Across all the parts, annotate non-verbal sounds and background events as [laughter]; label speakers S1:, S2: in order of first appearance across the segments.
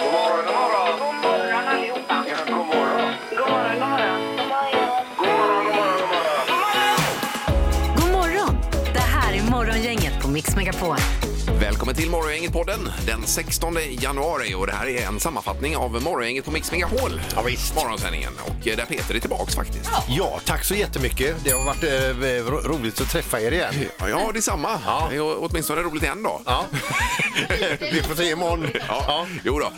S1: God morgon, god morgon.
S2: God morgon allihopa.
S1: Ja, god morgon.
S2: God morgon, god morgon.
S1: God morgon, god morgon, god morgon.
S3: God morgon! Det här är Morgongänget på Mix Megapol.
S4: Välkommen till Morgongänget-podden den 16 januari och det här är en sammanfattning av Morgongänget på Mix Megapol. Ja, visst. Morgonsändningen och eh, där Peter är tillbaks faktiskt.
S5: Ja, tack så jättemycket. Det har varit eh, ro- roligt att träffa er igen.
S4: Ja, ja detsamma. Ja. Det är åtminstone roligt en dag.
S5: Ja. Vi får se imorgon.
S4: Ja. Jo då.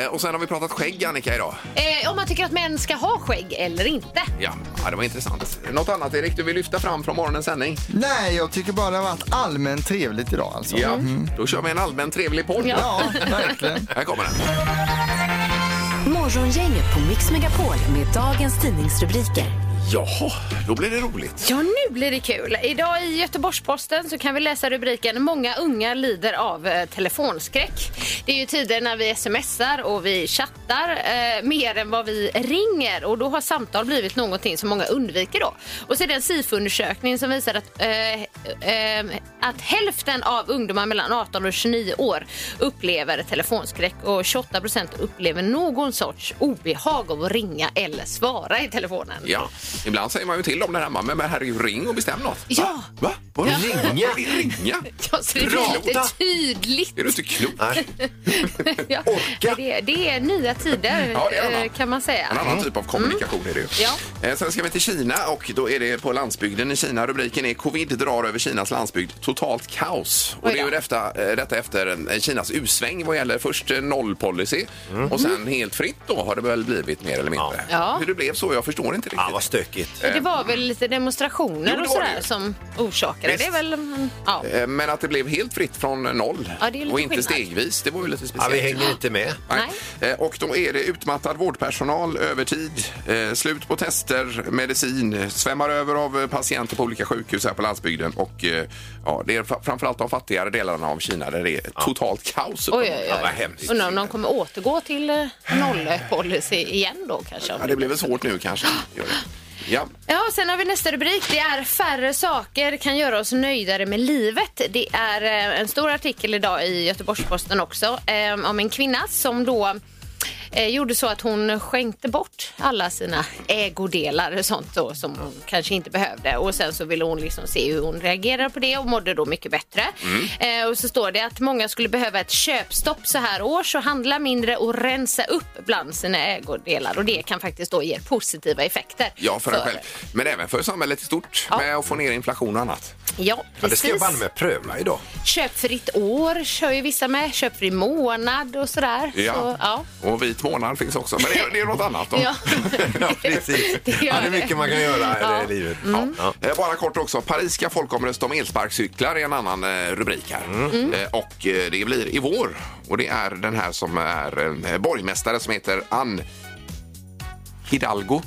S4: Eh, Och sen har vi pratat skägg Annika idag.
S6: Eh, om man tycker att män ska ha skägg eller inte.
S4: Ja, ja det var intressant. Något annat Erik du vill lyfta fram från morgonens sändning?
S7: Nej, jag tycker bara det har varit allmänt trevligt idag alltså.
S4: Ja. Då kör vi en allmän trevlig podd.
S7: Ja, verkligen.
S4: Här kommer den.
S3: Morgongänget på Mix Megapol med dagens tidningsrubriker.
S4: Jaha, då blir det roligt.
S6: Ja, nu blir det kul. Idag i Göteborgs-Posten så kan vi läsa rubriken Många unga lider av eh, telefonskräck. Det är ju tider när vi smsar och vi chattar eh, mer än vad vi ringer och då har samtal blivit någonting som många undviker då. Och så är det en SIFO-undersökning som visar att, eh, eh, att hälften av ungdomar mellan 18 och 29 år upplever telefonskräck och 28 procent upplever någon sorts obehag av att ringa eller svara i telefonen.
S4: Ja, ibland säger man ju till dem där hemma, men men herregud ring och bestäm något.
S6: Ja.
S4: Va? Va?
S6: Ja.
S4: Ringa? Ringa?
S6: Ja, så det blir lite
S4: Prata.
S6: tydligt.
S4: Är du inte klok?
S6: [laughs] Ja. Men Det, det är nya tider
S4: Ja, det är det.
S6: eh, kan man säga.
S4: En annan typ av kommunikation är det ju.
S6: Mm. Ja.
S4: Eh, Sen ska vi till Kina och då är det på landsbygden i Kina. Rubriken är Covid drar över Kinas landsbygd. Totalt kaos. Och
S6: Oj
S4: det är ju
S6: då.
S4: efter, eh, detta efter eh, Kinas usväng vad gäller först eh, nollpolicy och sen helt fritt då har det väl blivit mer eller mindre.
S6: Mm. Ja.
S4: Hur det blev så, jag förstår inte riktigt.
S5: Ja, vad stökigt.
S6: För Det var väl lite
S4: Jo,
S6: demonstrationer
S4: det
S6: och
S4: var
S6: sådär
S4: det.
S6: som orsakade
S4: Visst.
S6: det. Är väl, mm, ja.
S4: Eh, Men att det blev helt fritt från noll
S6: Ja, det är lite
S4: och inte
S6: skillnad.
S4: stegvis, det var ju lite
S5: Ja,
S4: speciellt.
S5: vi hänger inte med.
S4: Nej. Eh, Och då är det utmattad vårdpersonal, övertid, eh, slut på tester, medicin, svämmar över av eh, patienter på olika sjukhus här på landsbygden och eh, ja, det är fra- framförallt de fattigare delarna av Kina där det är totalt kaos.
S6: Oj, oj,
S4: Ja, vad
S6: oj.
S4: hemskt.
S6: Undrar om de kommer återgå till eh, nollpolicy igen då kanske. om
S4: Ja, det blir väl svårt nu kanske. Gör det. Ja,
S6: Ja, och sen har vi nästa rubrik. Det är färre saker kan göra oss nöjdare med livet. Det är eh, en stor artikel idag i Göteborgs-Posten också eh, om en kvinna som då eh, gjorde så att hon skänkte bort alla sina ägodelar och sånt då, som hon kanske inte behövde. Och sen så ville hon liksom se hur hon reagerar på det och mådde då mycket bättre.
S4: Mm.
S6: Eh, och så står det att många skulle behöva ett köpstopp så här års och handla mindre och rensa upp bland sina ägodelar och det kan faktiskt då ge positiva effekter.
S4: ja, för en själv. Men även för samhället i stort
S6: Ja.
S4: med att få ner inflation och annat.
S6: Ja,
S5: Ja, det
S6: precis.
S5: ska jag banne mig pröva idag.
S6: Köpfritt år kör ju vissa med, köpfri månad och sådär. Så,
S4: [laughs]
S6: ja.
S4: Och vit månad finns också, men det är, det är något annat. Då. [laughs]
S6: Ja.
S5: Ja, precis.
S6: Det gör
S5: Ja, det är
S6: det.
S5: mycket man kan göra
S6: Ja.
S5: i det livet. Ja. Mm.
S4: Eh, Bara kort också. Paris ska folkomrösta om elsparkcyklar i en annan eh, rubrik här. Eh, Och eh, det blir i vår. Och det är den här som är eh, borgmästare som heter Ann Hidalgo.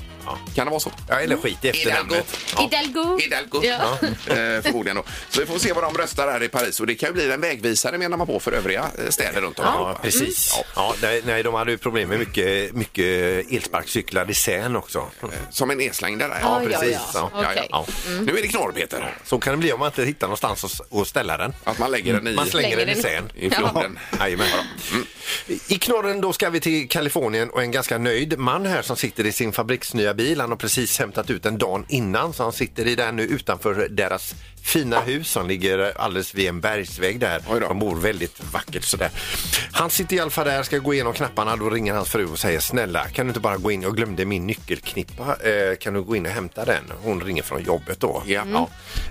S4: Kan det vara så?
S5: Ja, eller skit i efternamnet.
S6: Hidalgo.
S4: Hidalgo.
S6: Ja.
S4: Eh, förmodligen då. Så vi får se vad de röstar här i Paris. Och det kan ju bli en vägvisare menar man på för övriga eh, städer runt om i
S5: Ja,
S4: Europa.
S5: precis. Ja, nej, nej, de hade ju problem med mycket, mycket elsparkcyklar i Seine också.
S4: Som en nedslängd där.
S6: Ja, ja,
S5: precis.
S6: ja.
S4: Ja, ja,
S6: Okej.
S4: ja. Nu är det knorr, Peter.
S5: Så kan det bli om man inte hittar någonstans att- att ställa den.
S4: Att man lägger den i...
S5: Man slänger
S6: Slänger
S5: den i
S6: den.
S5: Seine.
S4: I floden.
S5: Jajamän. Mm. I knorren då ska vi till Kalifornien och en ganska nöjd man här som sitter i sin fabriksnya bil. Han har precis hämtat ut den dagen innan så han sitter i den nu utanför deras fina hus som ligger alldeles vid en bergsvägg där.
S4: Oj då.
S5: De bor väldigt vackert sådär. Han sitter i alla fall där, ska gå igenom knapparna. Då ringer hans fru och säger snälla kan du inte bara gå in, jag glömde min nyckelknippa. Eh, kan du gå in och hämta den? Hon ringer från jobbet då.
S4: Ja.
S5: Ja.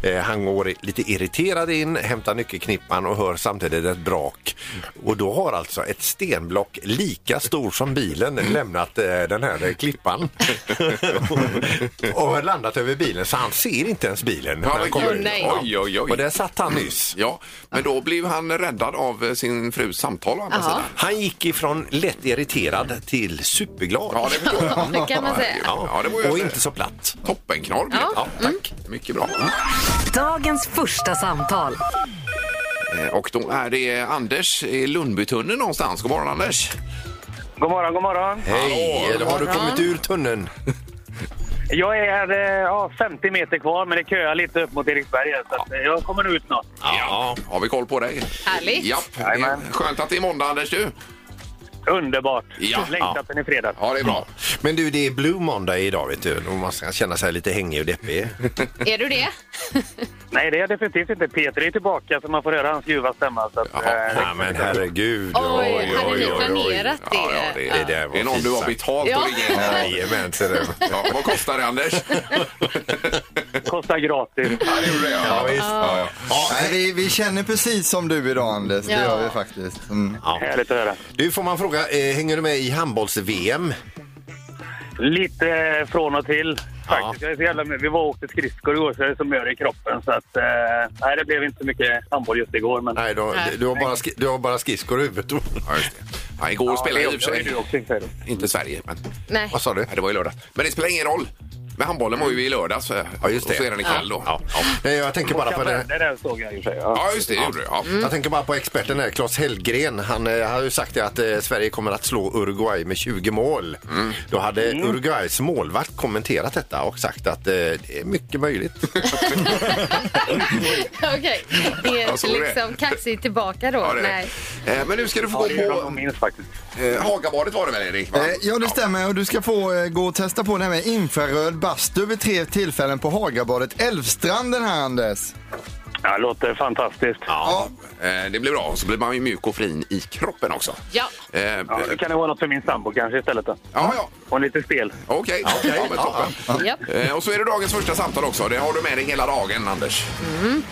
S5: Eh, Han går lite irriterad in, hämtar nyckelknippan och hör samtidigt ett brak. Och då har alltså ett stenblock lika stor som bilen lämnat eh, den här
S4: [laughs]
S5: eh, klippan. och har landat över bilen så han ser inte ens bilen. när
S4: Ja,
S5: han
S4: men
S5: kommer
S4: gud.
S5: ut.
S6: Nej.
S5: Ja.
S4: Oj, oj, oj.
S5: Och där satt han nyss.
S4: Ja, men då blev han räddad av eh, sin frus samtal å andra
S6: Jaha.
S4: sidan.
S5: Han gick ifrån lätt irriterad till superglad.
S4: Ja, det förstår
S6: [laughs]
S4: jag.
S6: Det kan man säga.
S4: Ja, ja, det var ju
S5: och
S4: en-
S5: inte så platt.
S4: Toppenknorr blev
S6: Ja. mm.
S4: det. ja, tack. Mycket bra.
S3: Dagens första samtal.
S4: Eh, Och då är det Anders i Lundbytunneln någonstans. God morgon Anders!
S8: God morgon, god morgon.
S5: Hej, har du kommit ur tunneln?
S8: Jag är eh, ja, 50 meter kvar, men det köar lite upp mot Eriksberg. här, Så att, eh, jag kommer nog ut snart.
S4: Ja. Har vi koll på dig?
S6: Härligt.
S4: Japp. Eh, det är
S8: Jajamän.
S4: Skönt att det är måndag Anders du.
S8: Underbart!
S4: Ja.
S8: Längtar
S4: Ja.
S8: till ni fredag.
S4: Ja, det är bra.
S5: Men du, det är Blue Monday idag vet du. Och man ska känna sig lite hängig och deppig.
S6: Är du det?
S8: Nej, det är definitivt inte. Peter är tillbaka så man får höra hans ljuva stämma. Så att,
S4: Ja.
S8: eh,
S5: Nej men herregud.
S6: Oj, hade ni planerat det?
S4: Ja, ja, det,
S5: Ja.
S4: det, är någon du har betalt
S6: Ja.
S4: att ringa in.
S5: Jajamän, ser du.
S4: Ja, vad kostar det, Anders?
S8: kostar gratis.
S4: Ja, det gjorde det, ja. Ja, ja.
S7: Nej, vi, vi känner precis som du idag Anders, det
S6: Ja.
S7: gör vi faktiskt. Mm.
S8: Härligt att höra.
S5: Du, får man fråga, eh, hänger du med i handbolls-VM?
S8: Lite eh, från och till. Faktiskt, jag är så jävla med. Vi var och åkte skridskor igår så jag är som mör i kroppen. Så att, eh, nej, det blev inte så mycket handboll just igår.
S5: [laughs]
S8: Men...
S5: Nej, du,
S6: Nej.
S5: du, har, bara ski, du har bara skridskor i huvudet. då.
S4: Ja, just det. Ja, igår spelade jag i och för sig inte Sverige, men
S6: Nej.
S5: Vad sa du?
S4: ja, det var i lördag. Men det spelar ingen roll. Men handbollen var ju i lördags eh,
S5: Ja, just det.
S4: och så är den ikväll då. Ja,
S5: Nej, jag tänker bara på det.
S8: Det där såg jag i och för sig. Ja.
S4: ja just det, det gjorde du. Ja.
S6: Mm.
S5: Jag tänker bara på experten här, Claes Hellgren. Han eh, har ju sagt det att eh, Sverige kommer att slå Uruguay med 20 mål.
S4: Mm.
S5: Då hade Uruguays målvakt kommenterat detta och sagt att eh, det är
S4: [laughs]
S5: mycket möjligt.
S6: [laughs] Okej. Det
S4: Jag såg
S6: är
S4: det.
S6: liksom kaxigt tillbaka då.
S4: Ja, det är
S6: Nej.
S4: det. Eh, Men nu ska du få
S8: Ja,
S4: gå
S8: det är bra de
S4: på
S8: minns faktiskt.
S4: eh, Hagabadet var det väl Erik? Va?
S7: Eh, Ja, det stämmer. Och du ska få eh, gå och testa på det här med infraröd bastu vid tre tillfällen på Hagabadet Älvstranden här, Anders.
S8: Ja, det låter fantastiskt.
S4: Ja. Eh, Det blir bra. Så blir man ju mjuk och fin i kroppen också.
S6: Ja.
S4: Eh, eh,
S8: Ja, det kan det vara något för min sambo kanske istället då.
S4: Ja, ja.
S8: Och lite spel.
S4: Okej. Ja, men toppen.
S6: Ja.
S4: Eh, Och så är det dagens första samtal också. Det har du med dig hela dagen, Anders.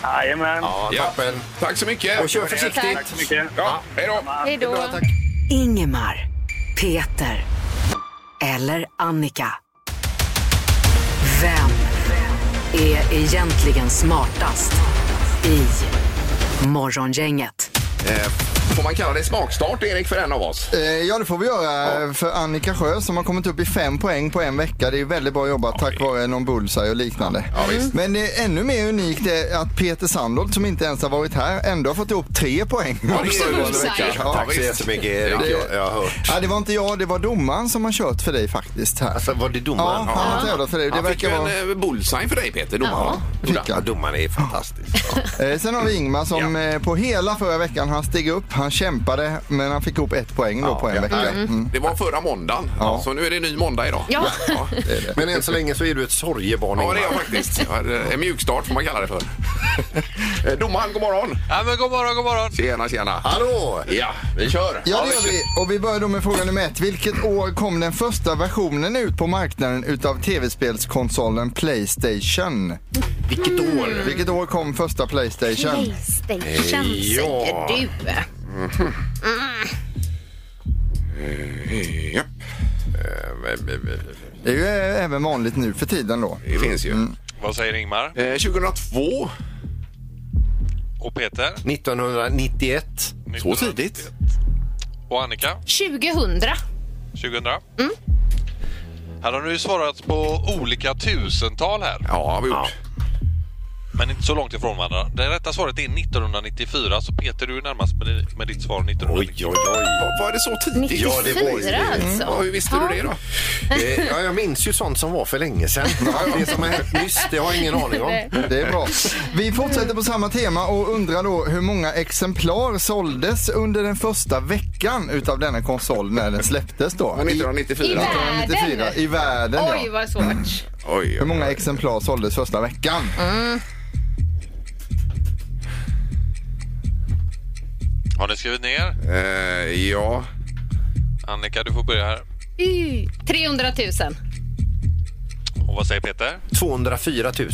S8: Jajamän.
S4: Ja.
S5: Toppen.
S4: Tack så mycket.
S5: Och kör försiktigt.
S8: Tack så mycket.
S4: Ja, hej då.
S6: Hej då.
S5: Bra, tack.
S3: Ingemar, Peter eller Annika. Vem är egentligen smartast i Morgongänget?
S4: Eh, Får man kalla det smakstart, Erik, för en av oss?
S7: Eh, Ja, det får vi göra eh, för Annika Sjö som har kommit upp i fem poäng på en vecka. Det är ju väldigt bra jobbat tack vare någon bullseye och liknande. Men det är ännu mer unikt är att Peter Sandholt, som inte ens har varit här, ändå har fått ihop tre poäng.
S4: är ju
S6: bullseye.
S4: Ja,
S5: Tack så
S4: visst.
S5: jättemycket Erik. Jag, jag har hört.
S7: Ja, det var inte jag, det var domaren som har kört för dig faktiskt här.
S5: Alltså var det
S7: Ja,
S5: domaren?
S7: han har tävlat för dig. Det
S4: Han fick ju
S7: verkar vara...
S4: en eh, bullseye för dig, Peter. Domaren.
S7: Fick
S5: Ja,
S7: han.
S5: domaren är fantastisk. Ja.
S7: Eh, sen har vi Ingmar som
S4: Ja.
S7: eh, på hela förra veckan, han steg upp, han kämpade men han fick ihop ett poäng då på en vecka. Mm.
S4: Det var förra måndagen, så nu är det ny måndag idag.
S6: Ja.
S4: ja.
S5: Men än så länge så är du ett sorgebarn
S4: Ja, det är
S5: Ingmar.
S4: jag faktiskt. Ja, det är En mjukstart får man kalla det för. Eh, Domaren, god morgon!
S9: Ja, men god morgon, god morgon.
S4: Tjena, tjena!
S5: Hallå!
S4: Ja, vi kör!
S7: Ja, det gör vi. Och vi börjar då med fråga nummer ett. Vilket år kom den första versionen ut på marknaden utav tv-spelskonsolen Playstation? Mm.
S5: Vilket år!
S7: Vilket år kom första Playstation?
S6: Playstation
S5: Ja. Mm.
S6: säger du.
S4: Ja,
S5: Eh,
S7: Det är ju eh, även vanligt nu för tiden då.
S4: det finns ju.
S9: Mm. Vad säger Ingmar?
S4: Eh, 2002.
S9: Och Peter?
S5: 1991.
S4: Så tidigt?
S9: Och Annika?
S6: 2000.
S9: 2000? Här har nu svarat på olika tusental här,
S4: Ja, har vi gjort.
S9: men inte så långt ifrån varandra. Det rätta svaret är 1994, så Peter du är närmast med, di- med ditt svar 1994.
S5: Oj, oj, oj.
S4: Vad Var det så tidigt?
S6: 94
S5: det var ju det.
S6: alltså.
S4: Ja, hur visste du det då?
S5: Eh, Ja, jag minns ju sånt som var för
S4: [laughs]
S5: länge sedan. Det som har hänt nyss, det har jag ingen aning om.
S7: Det är bra. Vi fortsätter på samma tema och undrar då hur många exemplar såldes under den första veckan utav denna konsol när den släpptes då?
S4: Ja,
S7: I-
S4: 1994.
S6: I världen.
S7: 1994. I världen
S6: Oj,
S7: ja.
S6: vad
S4: Mm.
S6: svårt.
S4: Oj,
S7: Hur många exemplar såldes första veckan?
S6: Mm.
S9: Har ni skrivit ner?
S4: Eh, ja.
S9: Annika, du får börja här.
S6: Y, 300 000.
S9: Och vad säger Peter?
S5: 204 000.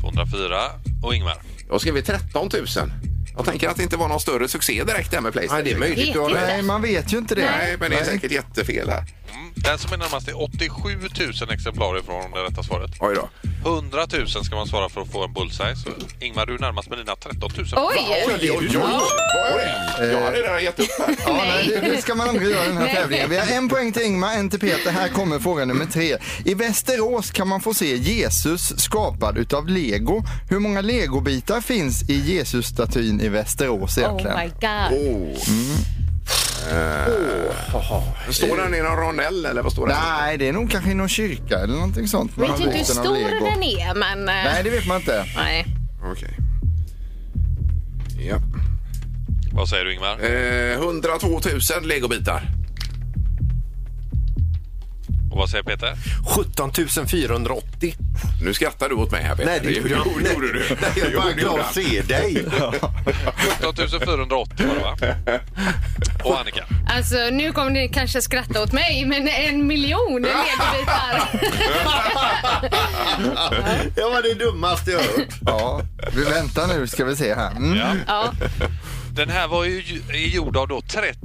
S9: 204. Och Ingmar?
S4: Jag skrev 13 000. Jag tänker att det inte var någon större succé direkt där med Playstation.
S5: Nej, det är möjligt. Du har
S6: Vet
S5: rätt.
S7: Nej, man vet ju inte det.
S4: Nej, men det är säkert jättefel här.
S9: Mm. Den som är närmast är 87 000 exemplar ifrån det rätta svaret.
S4: Oj då.
S9: 100 000 ska man svara för att få en bullseye. Så Ingmar, du är närmast med dina 13 000.
S6: Oj!
S4: Oj, oj, oj. Oj. Jag hade redan gett upp här.
S7: Ja, nej, det, det ska man aldrig göra i den här tävlingen. Vi har en poäng till Ingmar, en till Peter. Här kommer fråga nummer tre. I Västerås kan man få se Jesus skapad utav lego. Hur många legobitar finns i Jesusstatyn i Västerås egentligen?
S6: Oh my god.
S4: Står den i någon rondell eller vad står den?
S7: Nej, det är nog kanske i någon kyrka eller någonting sånt. Man
S6: Vet ju
S7: har
S6: inte hur
S7: byggt den av
S6: stor
S7: lego.
S6: den är, men... eh,
S7: Nej, det vet man inte.
S6: nej.
S4: Okej. Ja.
S9: Vad säger du Ingmar?
S4: Eh, 102 000 legobitar.
S9: Och vad säger Peter?
S5: 17 480.
S4: Nu skrattar du åt mig här Peter.
S5: Nej, det gjorde jag
S4: Jo,
S5: inte.
S4: gjorde du.
S5: Nej, jag är
S4: Jo,
S5: bara
S4: det
S5: glad
S4: gjorde
S5: att
S4: han.
S5: se dig.
S9: 17 480 var det va? Och Annika?
S6: Alltså, nu kommer ni kanske skratta åt mig, men en miljon legobitar.
S5: Det var det dummaste jag hört.
S7: Ja, vi väntar nu ska vi se här. Mm.
S9: Ja.
S6: ja.
S9: Den här var ju ju- är gjord av då 30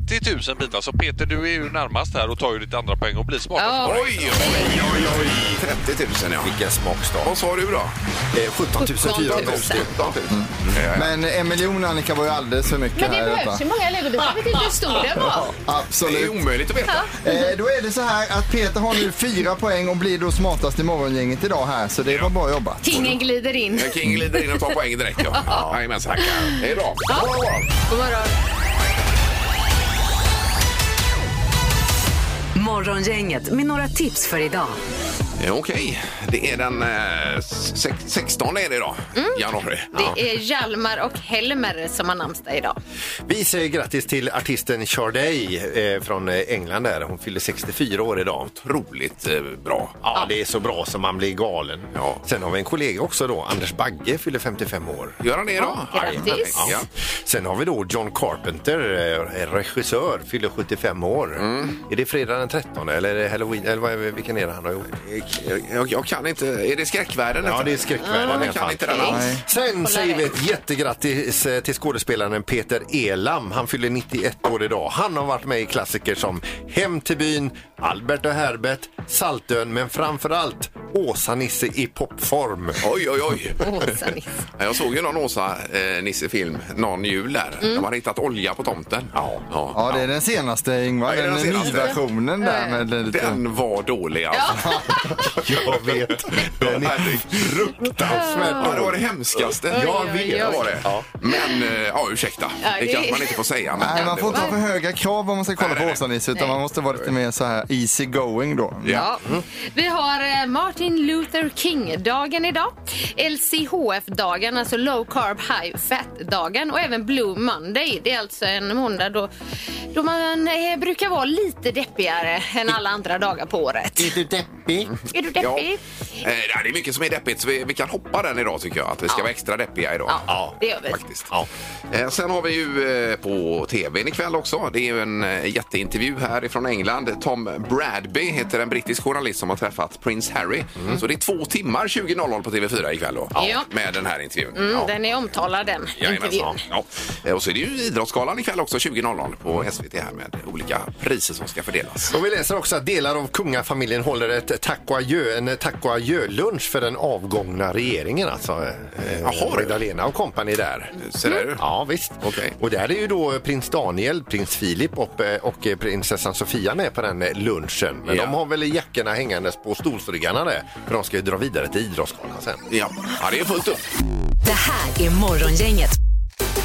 S9: 000 bitar. Så Peter, du är ju närmast här och tar ju ditt andra poäng och blir smartast.
S6: Ja.
S4: Oj, oj, oj, oj. 30 000 ja.
S5: Vilken smakstart.
S4: Vad sa du då? Mm.
S5: Eh, 17 480.
S4: 17 000.
S5: Mm.
S4: Eh,
S7: Men en miljon Annika var ju alldeles för mycket
S10: Men det
S7: här.
S10: behövs
S7: detta.
S10: ju många legobitar. Jag vet inte hur stor den var.
S4: Det är
S7: Absolut.
S4: omöjligt att veta.
S7: Eh, då är det så här att Peter har nu fyra poäng och blir då smartast i morgongänget idag här. Så det var bra jobbat.
S6: Kingen glider in.
S4: Men King glider in och tar poäng direkt. Ja. Jajamensan, tackar. Det är bra. Bra, bra.
S6: God morgon.
S3: Morgongänget med några tips för idag.
S4: Eh, Okej, det är den eh, sex- 16 är det idag, januari. Ja.
S6: Det är Hjalmar och Helmer som har namnsdag idag.
S5: Vi säger grattis till artisten Charday eh, från eh, England där. Hon fyller 64 år idag.
S4: Otroligt eh, bra.
S5: Ja, det är så bra som man blir galen.
S4: Ja.
S5: Sen har vi en kollega också då, Anders Bagge fyller 55 år.
S4: Gör han det idag?
S6: Ja, grattis.
S4: Ja.
S5: Sen har vi då John Carpenter, eh, regissör, fyller 75 år. Är det fredag den 13 eller är det halloween? Eller vad är, vilken är det han har gjort?
S4: Jag, jag, jag kan inte. Är det skräckvärlden?
S5: Ja,
S4: detta?
S5: det är skräckvärlden i
S4: Ja,
S5: alla
S4: jag kan
S5: fall.
S4: inte den alls.
S5: Sen säger vi ett jättegrattis eh, till skådespelaren Peter Elam. Han fyller 91 år idag. Han har varit med i klassiker som Hem till byn, Albert och Herbert, Saltön men framförallt Åsa-Nisse i popform.
S4: Oj, oj, oj.
S6: Åsa-Nisse.
S4: Ja, Jag såg ju någon Åsa-Nisse-film någon jul där. De hade hittat olja på tomten. Ja.
S7: Mm. Ja, det är den senaste Ingvar.
S4: Ja, det är
S7: Den,
S4: den senaste.
S7: nyversionen där med lite...
S4: Den var dålig alltså.
S5: Jag vet, den är fruktansvärt
S4: Ja, det var det hemskaste.
S6: Jag vet.
S4: Det var det. Men, eh, ja ursäkta.
S6: Ja,
S4: Det
S6: det-
S4: kanske man inte får säga. Men
S7: Nej, man får inte ha för höga krav om man ska kolla
S4: Nej,
S7: på
S4: nej, nej.
S7: Åsa-Nisse utan
S6: Nej.
S7: man måste vara lite mer så här easy going då.
S4: Ja. Mm.
S6: Ja. Vi har eh, Martin Luther King-dagen idag. LCHF-dagen, alltså Low Carb High Fat-dagen och även Blue Monday. Det är alltså en måndag då, då man eh, brukar vara lite deppigare än alla andra dagar på året.
S5: Är du deppig?
S6: Är du
S4: Ja.
S6: deppig? Mm,
S4: Eh, ja, Det är mycket som är deppigt, så vi, vi kan hoppa den idag tycker jag. Att vi ska vara extra deppiga idag.
S6: Ja, det gör vi.
S4: Faktiskt.
S5: Ja.
S4: Eh, Sen har vi ju eh, på tvn ikväll också. Det är ju en eh, jätteintervju här ifrån England. Tom Bradby heter en brittisk journalist som har träffat prins Harry. Så det är två timmar 20.00 på TV4 ikväll då.
S6: Mm. Ja.
S4: Med den här intervjun.
S6: Mm,
S4: Ja.
S6: Den är omtalad den
S4: Jajamensan.
S6: intervjun.
S4: Ja. Eh, Och så är det ju Idrottsgalan ikväll också 20.00 på SVT här med olika priser som ska fördelas.
S5: Och vi läser också att delar av kungafamiljen håller ett tack och adjö, en tack och adjö-lunch för den avgångna regeringen. Alltså, eh,
S4: Jaha, du.
S5: Magdalena och kompani där.
S4: Så
S6: Mm.
S4: där är det.
S5: Ja, visst.
S4: Okej.
S5: Och där är ju då prins Daniel, prins Filip och, eh, och prinsessan Sofia med på den eh, lunchen. Men
S4: Ja.
S5: de har väl jackorna hängandes på stolsryggarna där, för de ska ju dra vidare till Idrottsgalan sen.
S4: Ja. ja, det är fullt upp.
S3: Det här är Morgongänget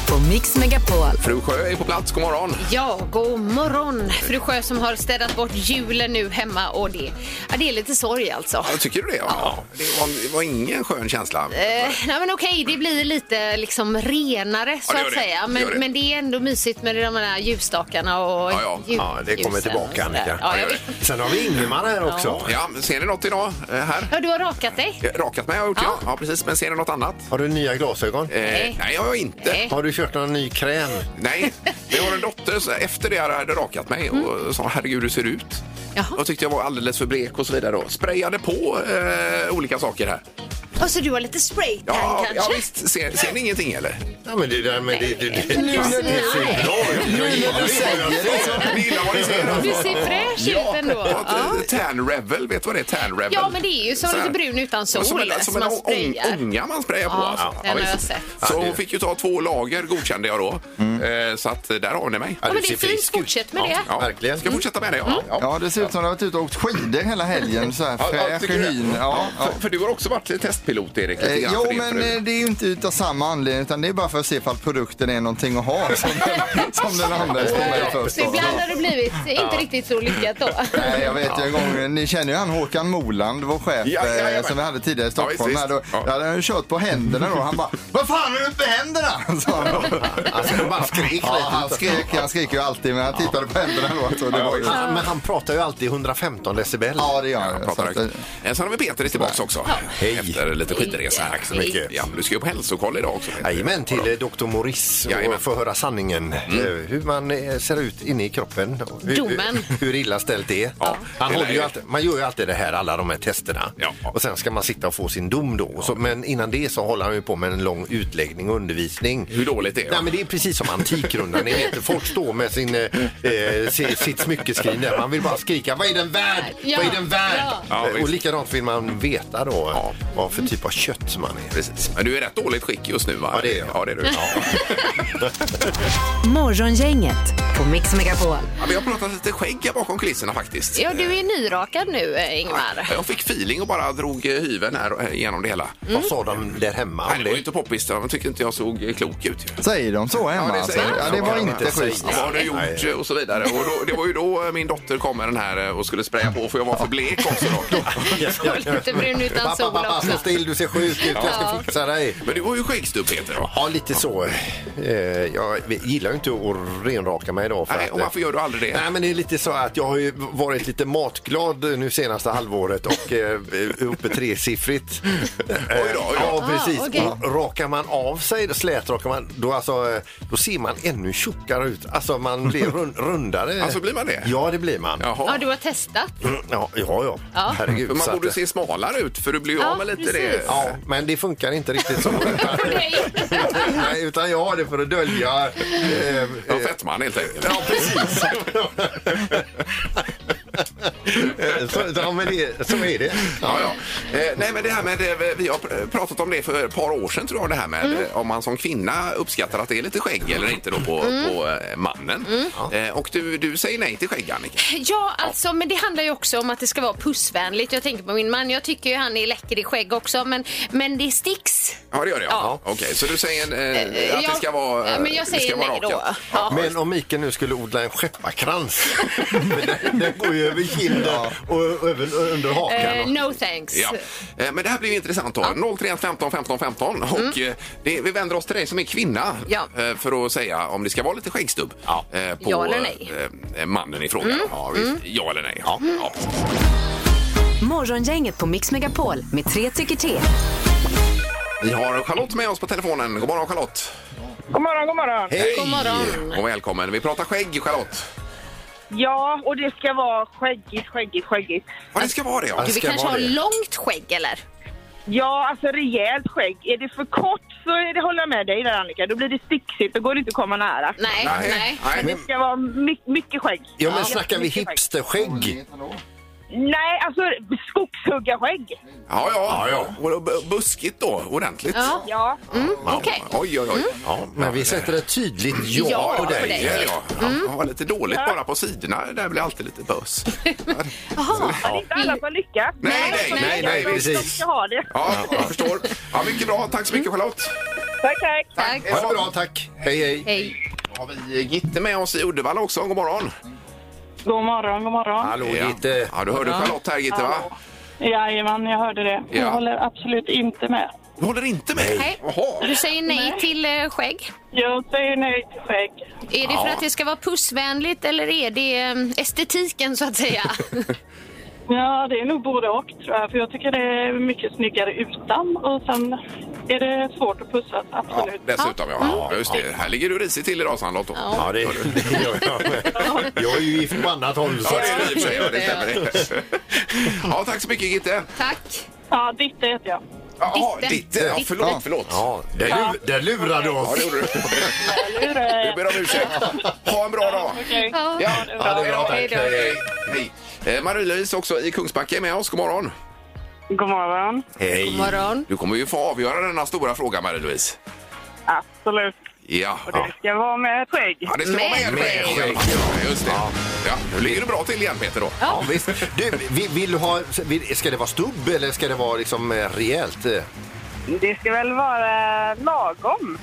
S3: på Mix Megapol.
S4: Fru Sjö är på plats. God morgon.
S6: Ja, god morgon! Fru Sjö som har städat bort julen nu hemma och det, ja, det är lite sorg alltså.
S4: Ja, tycker du det? Ja. Det, var, det var ingen skön känsla.
S6: Eh, nej men okej, det blir lite liksom renare så
S4: Ja, det gör
S6: att
S4: det.
S6: säga.
S4: Det
S6: Men
S4: gör
S6: det,
S4: det.
S6: men det är ändå mysigt med de här ljusstakarna och
S4: Ja, ja.
S6: ljus-
S5: Ja, det kommer
S6: ljusen och sådär.
S5: tillbaka Annika.
S6: Ja, jag
S4: gör det.
S6: vet.
S5: Sen har vi Ingemar här också.
S4: Ja, men ser ni något idag eh, här?
S6: ja, du har rakat dig.
S4: Eh, Rakat mig har jag gjort, ja.
S6: Ja.
S4: ja. precis. Men ser ni något annat?
S5: Har du nya glasögon?
S4: Eh, nej.
S6: Nej.
S4: jag har inte. Nej.
S6: Nej.
S5: Har du kört någon ny kräm?
S4: Men jag har en dotter, så efter det jag hade rakat mig och sa herregud hur ser du ut?
S6: Mm. Jaha.
S4: Jag tyckte jag var alldeles för blek och så vidare. Då. Sprayade på eh, olika saker här.
S6: Och så du har lite spray tan
S4: Ja,
S6: kanske?
S4: ja visst. Ser, ser ni ingenting eller?
S5: Ja, men det där med det, det, det, det,
S6: när du-
S5: ser bra ut. Jag gillar det.
S4: Ni gillar vad ni ser.
S6: Du ser fräsch ut ändå. Ja.
S4: Ja. Tan Revel, vet du vad det är? Tan Revel.
S6: ja, men det är ju så
S4: Så här.
S6: lite brun utan sol
S4: Som en, som en
S6: man
S4: ång,
S6: sprayar.
S4: ånga man sprayar på.
S6: Ja,
S4: alltså.
S6: den har jag
S4: visst.
S6: sett.
S4: Så hon fick ju ta två lager, godkände jag då. Eh, så att eh, där har ni mig.
S6: Ja,
S5: Ja, du
S6: men det
S5: ser
S6: är fint,
S5: frisk ut.
S6: fortsätt med det.
S5: Ja, verkligen.
S4: Ska jag fortsätta med det?
S6: Mm.
S4: Ja. Ja.
S7: Ja, det ser ut som att du har varit ute och åkt skidor hela helgen. Så här
S4: Ja, ja,
S7: fräsch i
S4: tycker du det?
S7: hyn. Ja, ja.
S4: För, för du har också varit i pilot, Erik.
S7: Eh,
S4: lite grann
S7: jo,
S4: för din
S7: men
S4: fru.
S7: eh, det är ju inte utav samma anledning utan det är bara för att se ifall produkten är någonting att ha [laughs] som, den- som den andra ställer först.
S6: Så ibland har det blivit inte riktigt så lyckat då.
S7: Nej, jag vet ju en gång, ni känner ju han Håkan Moland, vår chef
S4: Ja, ja, ja,
S7: eh,
S4: men-
S7: som vi hade tidigare i Stockholm.
S4: visst,
S7: här då,
S4: visst. Ja.
S7: ja. hade han ju kört på händerna då. Han bara, vad fan är det uppe i händerna? [laughs] Sa han då.
S5: Alltså, de bara skrek lite.
S7: Ja, han skrek, han skrek ju alltid men han tittade på händerna då. Så det var ju...
S5: Han, men han pratar ju alltid 115 decibel.
S7: Ja, det gör
S4: Ja,
S7: han.
S4: jag
S7: ju. Så
S4: pratar
S7: att, eh,
S4: högt. Eh, Sen har vi Peter tillbaka också.
S5: Hej.
S4: Efter lite skidresa. här.
S6: Tack så
S5: mycket.
S4: Ja, men du ska ju på hälsokoll idag också. Peter.
S5: Jajamän, till eh, Dr. Morris och
S4: Jajamän. Mm.
S5: få höra sanningen. eh, Hur man eh, ser ut inne i kroppen. och Hur,
S6: Domen.
S5: [laughs] hur- hur illa ställt det är.
S4: Ja.
S5: Han
S4: Det
S5: håller ju
S4: lär-
S5: alltid, man gör ju alltid det här, alla de här testerna.
S4: Ja.
S5: Och sen ska man sitta och få sin dom då. Och Så, men innan det så håller han ju på med en lång utläggning och undervisning.
S4: Hur dåligt det är, va?
S5: Nej, men det är precis som Antikrundan. Ni vet, folk står med sin, eh, eh, si- sitt smyckeskrin där. Man vill bara skrika, vad är den värd?
S6: Ja.
S5: Vad är den värd?
S6: Ja.
S4: Ja,
S5: Eh, och
S4: visst.
S5: likadant vill man veta då
S4: Ja.
S5: vad för typ av kött man är.
S4: Precis. Men du är i rätt dåligt skick just nu, va?
S5: Ja, det är jag.
S4: Ja, det är du. Ja.
S3: Morgongänget på Mix Megapol.
S4: Ja, vi har pratat lite skägg här bakom kulisserna faktiskt.
S6: Ja, du är nyrakad nu, eh, Ingmar.
S4: Jag fick feeling och bara drog eh, hyveln här eh, genom det hela.
S6: Mm.
S5: Vad sa de där hemma?
S4: Nej, det var ju inte poppis. De tyckte inte jag såg eh, klok ut. ju.
S7: Säger de så hemma?
S4: Ja, det
S7: alltså?
S4: säger de.
S7: ja, det var
S4: Ja,
S7: inte
S5: det säger
S7: schysst.
S5: de.
S4: Vad har du gjort eh,
S5: Nej.
S4: och så vidare. Och då, det var ju då eh, min dotter kom med den här eh, och skulle spraya på för jag var för blek också då.
S6: Och lite brun utan
S5: Pappa,
S6: sol
S5: pappa,
S6: också.
S5: stå still, du ser sjuk ut, jag ska
S6: Ja.
S5: fixa dig.
S4: Men du var ju skäggstubb Peter. va?
S5: Ja, lite så. Eh, Jag gillar ju inte att renraka mig idag. För
S4: Nej,
S5: att,
S4: och varför gör du aldrig det?
S5: Nej, men det är lite så att jag har ju varit lite matglad nu senaste halvåret och eh, uppe tresiffrigt.
S4: [laughs] oj då.
S5: Ja, precis.
S6: Ah, okej.
S5: Och Rakar man av sig, slätrakar man, då, alltså, eh, då ser man ännu tjockare ut. Alltså man
S4: [laughs]
S5: blir rund, rundare.
S4: Alltså, blir man det?
S5: Ja, det blir man.
S4: Jaha.
S6: Ja, du har testat.
S5: Ja, ja. ja.
S6: Ja.
S5: Herregud.
S4: För man
S5: så att-
S4: borde se smalare ut för du blir ju
S6: Ja,
S4: av med lite det.
S6: precis.
S5: Ja, men det funkar inte
S4: [laughs]
S5: riktigt så.
S6: Nej.
S5: Nej, utan jag har det för att dölja... Eh,
S4: Ja,
S5: eh,
S4: fettman helt enkelt.
S5: ja, precis. Eh, så, ja, men det, så är det.
S4: Ja, ja. Eh, nej, men det här med, eh, vi har pr- pratat om det för ett par år sedan tror jag det här med
S6: Mm.
S4: eh, om man som kvinna uppskattar att det är lite skägg eller inte då på,
S6: Mm.
S4: på eh, mannen. Eh, och du, du säger nej till skägg Annika.
S6: Ja, alltså, men det handlar ju också om att det ska vara pussvänligt. Jag tänker på min man. Jag tycker ju han är läcker i skägg också, men, men det sticks.
S4: Ja det gör det ja.
S6: Ja.
S4: Okej, så du säger eh,
S6: Eh,
S4: att det
S6: jag-
S4: ska vara eh,
S6: Ja, men jag
S4: det
S6: säger
S4: ska vara
S6: nej då.
S4: rakat.
S6: Ja.
S5: Men om Mikael nu skulle odla en skepparkrans, men [laughs] den, den går ju över kinden och, över, under
S6: Eh,
S5: hakan.
S6: no thanks.
S4: Ja. Eh, Men det här blir ju intressant då. 031 15 15 15. Och eh, det, vi vänder oss till dig som är kvinna
S6: Mm. Ja.
S4: eh, för att säga om det ska vara lite skäggstubb
S5: Ja.
S4: eh, på
S6: Ja eller nej? Mm.
S4: eh, mannen i fråga. Ja, visst. ja eller nej. Ja. Ja.
S3: Morgongänget på Mix Megapol med tre tycker till.
S4: Vi har Charlotte med oss på telefonen. God morgon Charlotte!
S2: God morgon, god morgon.
S5: Hej!
S6: God morgon.
S4: Och välkommen. Vi pratar skägg Charlotte.
S2: Ja, och det ska vara skäggigt, skäggigt, skäggigt.
S4: Ja, det ska vara det ja.
S6: Du vill
S5: Ska
S6: kanske
S5: vara
S6: ha
S5: det.
S6: långt skägg eller?
S2: Ja, alltså rejält skägg. Är det för kort så är det, håller jag med dig där Annika. Då blir det sticksigt. Då går det inte att komma nära.
S6: Nej, nej.
S4: nej.
S2: Det ska vara my- mycket skägg.
S5: Ja, men snackar vi
S2: Mycket skägg.
S5: hipsterskägg?
S2: Nej, alltså skogshuggarskägg.
S4: Ja, ja. Och b- buskigt då, ordentligt.
S6: Ja.
S2: Ja.
S4: Ja.
S6: okej.
S4: Oj, oj, oj.
S5: Ja, men vi sätter ett tydligt ja,
S6: Ja,
S5: på dig.
S6: på dig.
S4: Ja, ja. ja. Det var lite dåligt bara på sidorna. Där blir alltid lite bös.
S6: Jaha.
S2: Det är inte alla som lyckas.
S4: Nej, nej,
S6: nej,
S4: nej,
S5: nej,
S2: De- De
S5: precis.
S2: ska ha det.
S4: Ja, jag förstår. Ja, mycket bra. Tack så mycket Charlotte.
S2: Tack, tack.
S6: Tack.
S5: Ha det bra, tack. Hej, hej.
S6: Hej.
S4: Då har
S5: eh,
S4: vi Gitte med oss i Uddevalla också. God morgon!
S2: God morgon, god morgon.
S5: Hallå, Gitte.
S4: Ja, du hörde Charlotte här Gitte va?
S2: Jajamän, jag hörde det.
S4: Jag Ja. håller
S2: absolut inte med.
S4: Du håller inte med?
S6: Nej.
S4: Jaha.
S6: Du säger nej till eh, skägg.
S2: Jag säger nej till skägg.
S6: Är det för att det ska vara pussvänligt eller är det eh, estetiken så att [laughs] säga?
S2: Ja, det är nog både och tror jag. För jag tycker det är mycket snyggare utan. Och sen är det svårt att pussas,
S4: Ja,
S2: absolut.
S4: dessutom ja. ja. Just det. Här ligger du risigt till idag Sandlott. då. Ja,
S5: [laughs] Ja, det, det gör jag med. Jag är ju gift på annat håll. Så.
S4: det är det i och för sig. Ja, det stämmer. Ja, tack så mycket Gitte.
S6: Tack.
S2: Ja, Ditte heter jag.
S4: Ja,
S6: Ditte.
S4: Ditte. Ja, förlåt, förlåt.
S5: Ja, där, lu- där lurade du
S4: Ja,
S5: oss.
S4: det gjorde du.
S2: Eller hur?
S4: Vi ber om ursäkt. Ha en bra dag.
S2: Okej.
S6: Ja.
S4: Ja,
S5: Ja, det är bra,
S6: Hej
S5: tack.
S6: då.
S5: Hej, hej.
S4: Hej. Eh, Marie-Louise också i Kungsbacka är med oss. God morgon.
S2: God morgon.
S6: God morgon.
S4: Du kommer ju få avgöra denna stora fråga Marie-Louise.
S2: Absolut.
S4: Ja.
S2: Och det ska vara med ett skägg.
S4: Ja, det ska vara mer
S6: Med
S4: skägg.
S5: skägg.
S4: Ja, just det. Ja, nu ligger du bra till igen, Peter. Då.
S5: Ja, visst. Du, vi- vill du ha, vill- ska det vara stubb eller ska det vara liksom eh, rejält? eh?
S2: Det ska väl vara lagom.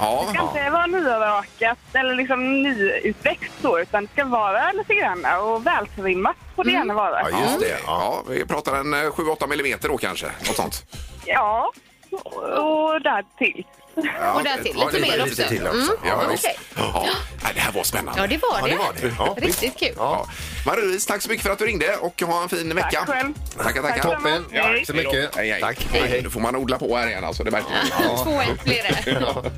S4: Ja.
S2: Det ska inte vara nyrakat eller liksom nyutväxt så, utan det ska vara lite grann och vältrimmat får det gärna vara.
S5: Ja, just det. Ja.
S4: Ja, vi pratar en eh, 7-8 millimeter då kanske. Något sånt.
S2: Ja, och där till.
S6: Och där till.
S4: ja, det
S6: Lite
S4: var
S6: mer
S5: lite
S6: också.
S5: till också.
S6: Mm.
S4: Ja,
S6: Okej.
S4: visst. ja. Nej, Det här var spännande.
S6: Ja, det var
S5: Ja,
S6: det.
S5: det var det. Ja,
S6: Riktigt kul.
S4: Ja. Marie-Louise, tack så mycket för att du ringde och ha en fin vecka.
S2: själv.
S4: Tackar, tackar.
S2: Tack
S5: Toppen.
S2: Ja,
S5: Tack så mycket.
S4: Hej, hej.
S5: Tack.
S4: Nej, Nu får man odla på här igen alltså. Det verkar...
S6: Två ett blir det.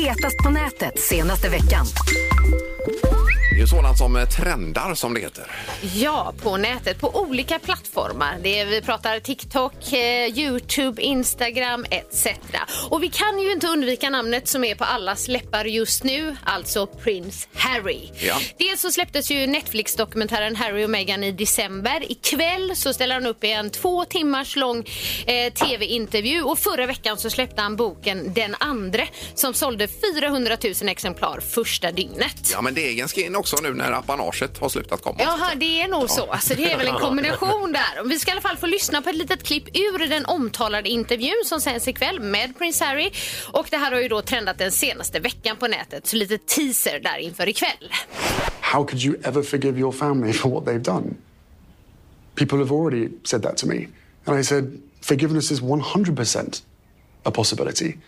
S3: Hetast på nätet senaste veckan.
S4: Det är ju sådant som eh, trendar som det heter.
S6: Ja, på nätet, på olika plattformar. Det är, vi pratar TikTok, eh, Youtube, Instagram etc. Och vi kan ju inte undvika namnet som är på allas läppar just nu, alltså Prince Harry.
S4: Ja.
S6: Dels så släpptes ju Netflix-dokumentären Harry och Meghan i december. Ikväll så ställer han upp i en två timmars lång eh, tv-intervju och förra veckan så släppte han boken Den andre som sålde 400 000 exemplar första dygnet.
S4: Ja, men degen ska in också nu när apanaget har slutat komma.
S6: Jaha, det är nog så. Alltså, det är väl en kombination där. Vi ska i alla fall få lyssna på ett litet klipp ur den omtalade intervjun som sänds ikväll med Prince Harry. Och det här har ju då trendat den senaste veckan på nätet, så lite teaser där inför ikväll.
S11: How could you ever forgive your family [laughs] for what they've done? People have already said that to me. And I said, forgiveness is 100% a possibility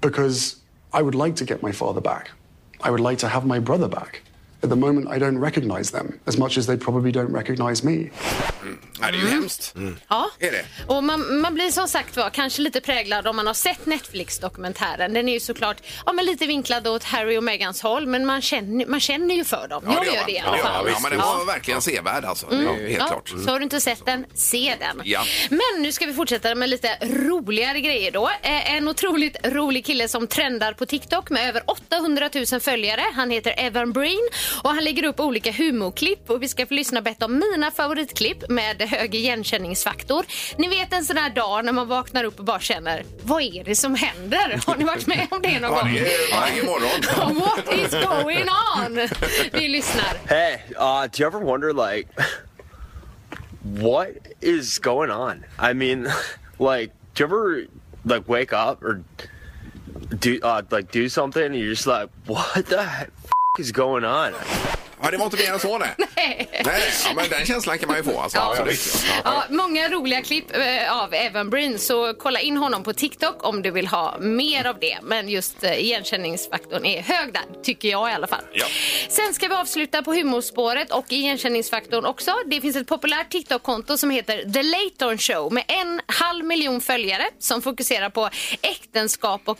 S11: because I would like to get my father back. I would like to have my brother back. At the moment, I don't recognize them as much as they probably don't recognize me.
S4: Nej, det är ju
S6: Mm.
S4: hemskt.
S6: Ja.
S4: Är det?
S6: Och man, man blir som sagt var kanske lite präglad om man har sett Netflix-dokumentären. Den är ju såklart ja, men lite vinklad åt Harry och Megans håll, men man känner, man känner ju för dem. Jag gör det i alla
S4: Ja,
S6: fall. Mm.
S4: ja, men den var verkligen sevärd alltså. Det är ju helt
S6: ja,
S4: klart.
S6: Så har du inte sett den, se den.
S4: Ja.
S6: Men nu ska vi fortsätta med lite roligare grejer då. Eh, En otroligt rolig kille som trendar på TikTok med över 800 000 följare. Han heter Evan Breen och han lägger upp olika humorklipp och vi ska få lyssna bättre om mina favoritklipp med hög igenkänningsfaktor. Ni vet en sån här dag när man vaknar upp och bara känner, vad är det som händer? Har ni varit med om det någon
S4: Ja,
S6: gång?
S4: det är varje morgon.
S6: [laughs] What is going on? Vi lyssnar.
S11: Hey, uh, do you ever wonder, like, what is going on? I mean, [laughs] like, do you ever, like, wake up or do, uh, like, do something and you're just like, what the [laughs] f- is going on?
S4: Ja, det var inte mer än så, nej.
S6: [laughs] Nej.
S4: Nej, ja, men den känslan kan man ju få alltså.
S6: Ja.
S4: Absolut.
S6: Ja, många roliga klipp eh, av Evan Breen, så kolla in honom på TikTok om du vill ha mer av det. Men just eh, igenkänningsfaktorn är hög där, tycker jag i alla fall.
S4: Ja.
S6: Sen ska vi avsluta på humorspåret och igenkänningsfaktorn också. Det finns ett populärt TikTok-konto som heter The Layton Show med en halv miljon följare som fokuserar på äktenskap och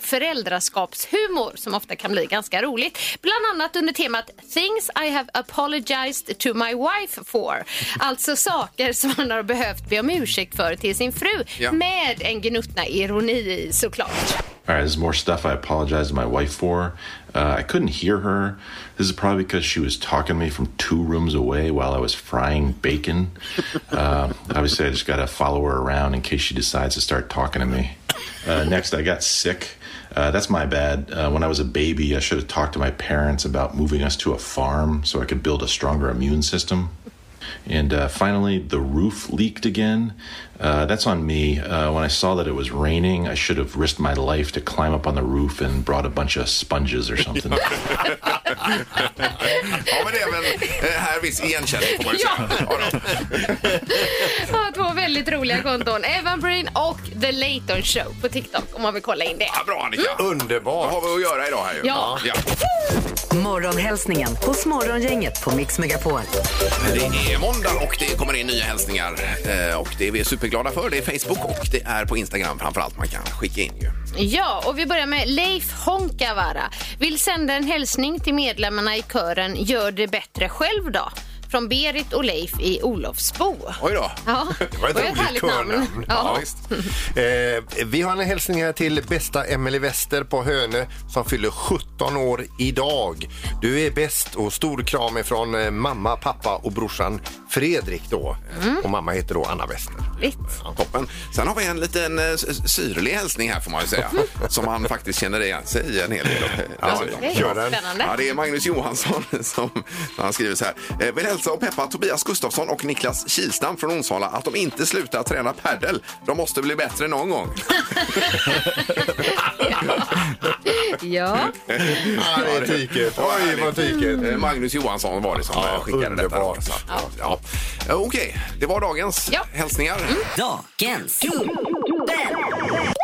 S6: föräldraskapshumor som ofta kan bli ganska roligt. Bland annat under temat Things I have apologized to my wife for. Alltså saker som han har behövt be om ursäkt för till sin fru
S4: Ja.
S6: med en gnutta ironi i såklart.
S11: All right, there's more stuff I apologize to my wife for. Uh, I couldn't hear her. This is probably because she was talking to me from two rooms away while I was frying bacon. Uh, obviously, I just got to follow her around in case she decides to start talking to me. Uh, next, I got sick. Uh, that's my bad. Uh, when I was a baby, I should have talked to my parents about moving us to a farm so I could build a stronger immune system. And uh, finally, the roof leaked again. Uh, that's on me. Uh, when I saw that it was raining, I should have risked my life to climb up on the roof and brought a bunch of sponges or something.
S4: Ja, men det är väl eh, här viss igenkänning får man ju säga. Ja, då.
S6: Ja, två väldigt roliga konton. Evan Breen och The Layton Show på TikTok om man vill kolla in det.
S4: Ja, bra Annika. Vad har
S5: Underbart.
S4: vi att göra idag här ju?
S6: Mm. Ja.
S3: Morgonhälsningen hos Morgongänget på Mix Megapol.
S4: Det är måndag och det kommer in nya hälsningar. Eh, Och det är vi superglada för. Det är Facebook och det är på Instagram framförallt man kan skicka in ju.
S6: Ja, och vi börjar med Leif Honkavara. Vill sända en hälsning till medlemmarna i kören Gör det bättre själv då. från Berit och Leif i Olofsbo.
S4: Oj då.
S6: Ja,
S5: Det var ett
S6: ett härligt
S5: roligt
S6: namn.
S5: körnamn.
S6: Ja.
S4: Ja, visst.
S5: Eh, vi har en hälsning här till bästa Emelie Wester på Hönö som fyller 17 år idag. Du är bäst och stor kram ifrån eh, mamma, pappa och brorsan Fredrik då. Och mamma heter då Anna Wester.
S6: Härligt.
S4: Toppen. Sen har vi en liten eh, s- syrlig hälsning här får man ju
S5: [laughs]
S4: säga. som han faktiskt känner igen sig i en hel del. eh, dessutom.
S6: Okej,
S5: Gör den.
S6: Spännande.
S4: Ja, det är Magnus Johansson [laughs] som han skriver så här. Eh, Vill hälsa och peppa Tobias Gustafsson och Niklas Kilstam från Onsala att de inte slutar träna padel. De måste bli bättre någon
S5: [laughs]
S4: gång.
S6: Ja.
S5: Ja, det är tyket. Oj, vad tyket.
S4: Eh, Magnus Johansson var det som
S5: Ja,
S4: eh, skickade detta.
S5: underbart.
S4: Så att, Ja. Eh, Okej, det var dagens
S6: Ja. Mm.
S4: hälsningar.
S3: Dagens dubbel. Dagens.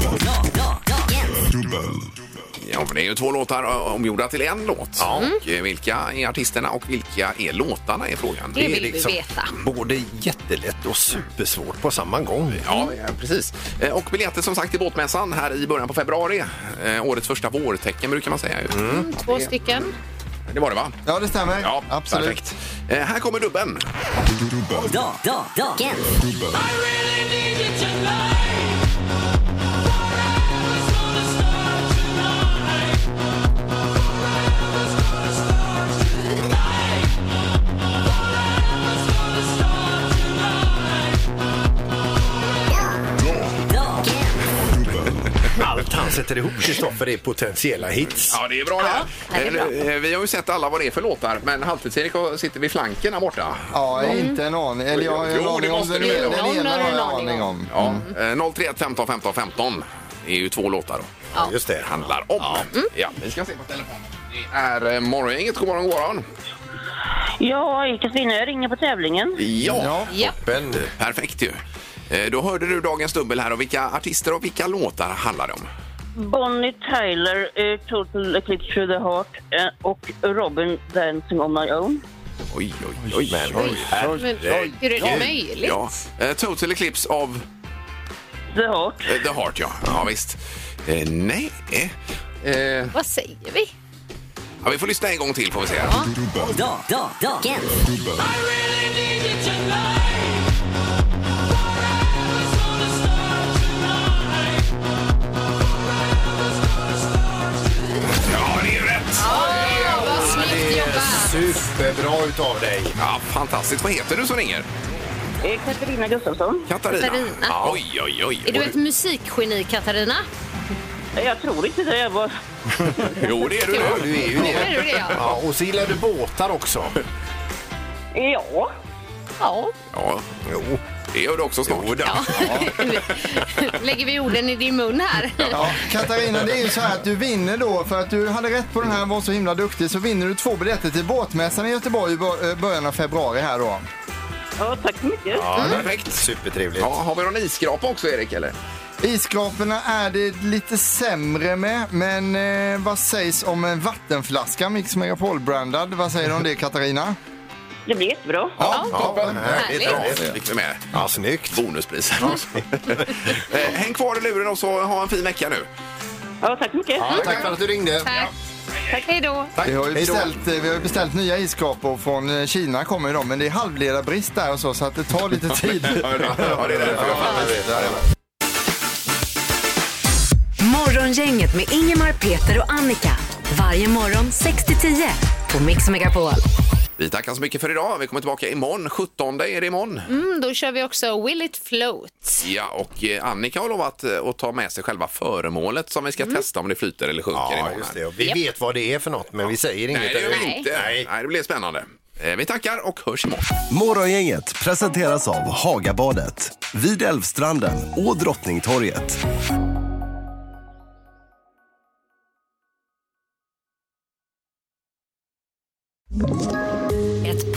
S3: Da- da- Dagens.
S4: Ja, men det är ju två låtar eh, omgjorda till en låt. Och, eh, vilka är artisterna och vilka är låtarna är frågan.
S6: Det vill vi veta.
S5: både jättelätt och supersvårt på samma gång.
S4: Ja, eh, precis. Eh, Och biljetter som sagt till båtmässan här i början på februari. Eh, Årets första vårtecken brukar man säga. ju.
S5: Mm.
S6: Två stycken.
S4: Det var det va?
S7: Ja, det stämmer.
S4: Ja,
S7: Absolut.
S4: perfekt. Eh, Här kommer dubben.
S3: Da- da- Dagens. Dagens.
S5: Allt han sätter ihop, Kristoffer, är potentiella hits.
S4: Ja, det är bra det.
S6: Ja, det är bra.
S4: Eh, eh, Vi har ju sett alla vad det är för låtar, men Halvtids-Erik har- sitter vid flanken här borta.
S7: Ja, inte en aning. Eller jag har ju en
S4: Jo, det
S7: aning om
S4: måste
S7: den
S4: du
S7: ena.
S4: väl
S6: ha.
S7: Den ena
S6: Någon
S7: har
S6: har
S7: jag
S6: en
S7: aning
S6: aning
S7: om.
S4: Ja. eh, 031 15 15 15 är ju två låtar då.
S6: Ja.
S5: Just det. Han...
S4: Handlar om. Ja. vi ska se på telefonen. Det är eh, morgongänget. God morgon, god morgon.
S2: [laughs] Ja, Josefina, jag ringer på tävlingen.
S4: Ja,
S7: Ja.
S6: Ja.
S5: Ben,
S4: perfekt ju. Eh, Då hörde du dagens dubbel här och vilka artister och vilka låtar handlar det om?
S2: Bonnie Tyler, eh, Total Eclipse Through the Heart eh, och Robin Dancing on My Own.
S4: Oj, oj, oj. Men,
S6: Men, hur är det möjligt?
S4: Ja. Eh, Total Eclipse of
S2: The Heart.
S4: eh, the Heart, ja. Ja, visst. Eh, Nej. Eh,
S6: Vad säger vi?
S4: ja, vi får lyssna en gång till får vi se.
S3: Da- da- Dagens.
S4: Ja, det är rätt!
S6: Vad snyggt jobbat!
S5: superbra utav dig.
S4: Ja, fantastiskt. Vad heter du som ringer?
S6: Ah.
S2: Eh, Katarina Gustafsson.
S4: Katarina.
S6: Katarina.
S4: Ja, Oj, oj, oj.
S6: Är du ett musikgeni, Katarina?
S2: Eh, Jag tror inte det. Jag var...
S4: Jo, det är du nu.
S5: Du är ju
S6: Ja, är du
S5: det.
S6: det? Ja.
S5: Ja, och så gillar du båtar också.
S2: Ja.
S6: ja.
S4: Ja, jo. Det gör du också snart.
S6: ja. Lägger vi orden i din mun här?
S7: Ja, Katarina, det är ju så här att du vinner då för att du hade rätt på den här och var så himla duktig så vinner du två biljetter till båtmässan i Göteborg i bör- eh, början av februari här då.
S2: ja, tack så mycket.
S4: Ja, perfekt.
S5: Supertrevligt.
S4: Ja, har vi någon isskrapa också, Erik? Eller?
S7: Isskraporna är det lite sämre med, men eh, vad sägs om en vattenflaska Mix Megapol-brandad? Vad säger du om det Katarina?
S2: Det blir jättebra.
S5: Ja, toppen.
S6: Härligt.
S5: Ja, det är
S4: Fick vi med
S5: Ja, snyggt.
S4: bonuspris. [laughs] Eh, Häng kvar i luren och så ha en fin vecka nu.
S2: Ja, tack så mycket.
S5: Tack för att du ringde.
S6: Tack. Hej då.
S5: Tack.
S7: Vi har ju
S5: Hej då.
S7: beställt, eh, vi har ju beställt nya isskrapor från eh, Kina kommer ju de, men det är halvledarbrist där och så så att det
S5: [laughs]
S7: tar lite tid.
S4: Ja, det är därför jag fattar.
S3: Morgongänget med Ingemar, Peter och Annika. Varje morgon 6 till 10 på Mix Megapol.
S4: Vi tackar så mycket för idag. Vi kommer tillbaka imorgon. 17 är det imorgon.
S6: Mm, då kör vi också Will it float.
S4: Ja, och eh, Annika har lovat eh, att ta med sig själva föremålet som vi
S6: Mm.
S4: ska testa om det flyter eller sjunker
S5: Ja,
S4: imorgon.
S5: just det. Och Vi
S6: Japp.
S5: vet vad det är för något, men vi säger inget.
S4: Nej, det gör vi
S6: Nej.
S4: inte. Nej. det blir spännande. Eh, Vi tackar och hörs imorgon.
S12: Morgongänget presenteras av Hagabadet, vid Älvstranden och Drottningtorget.
S3: Ett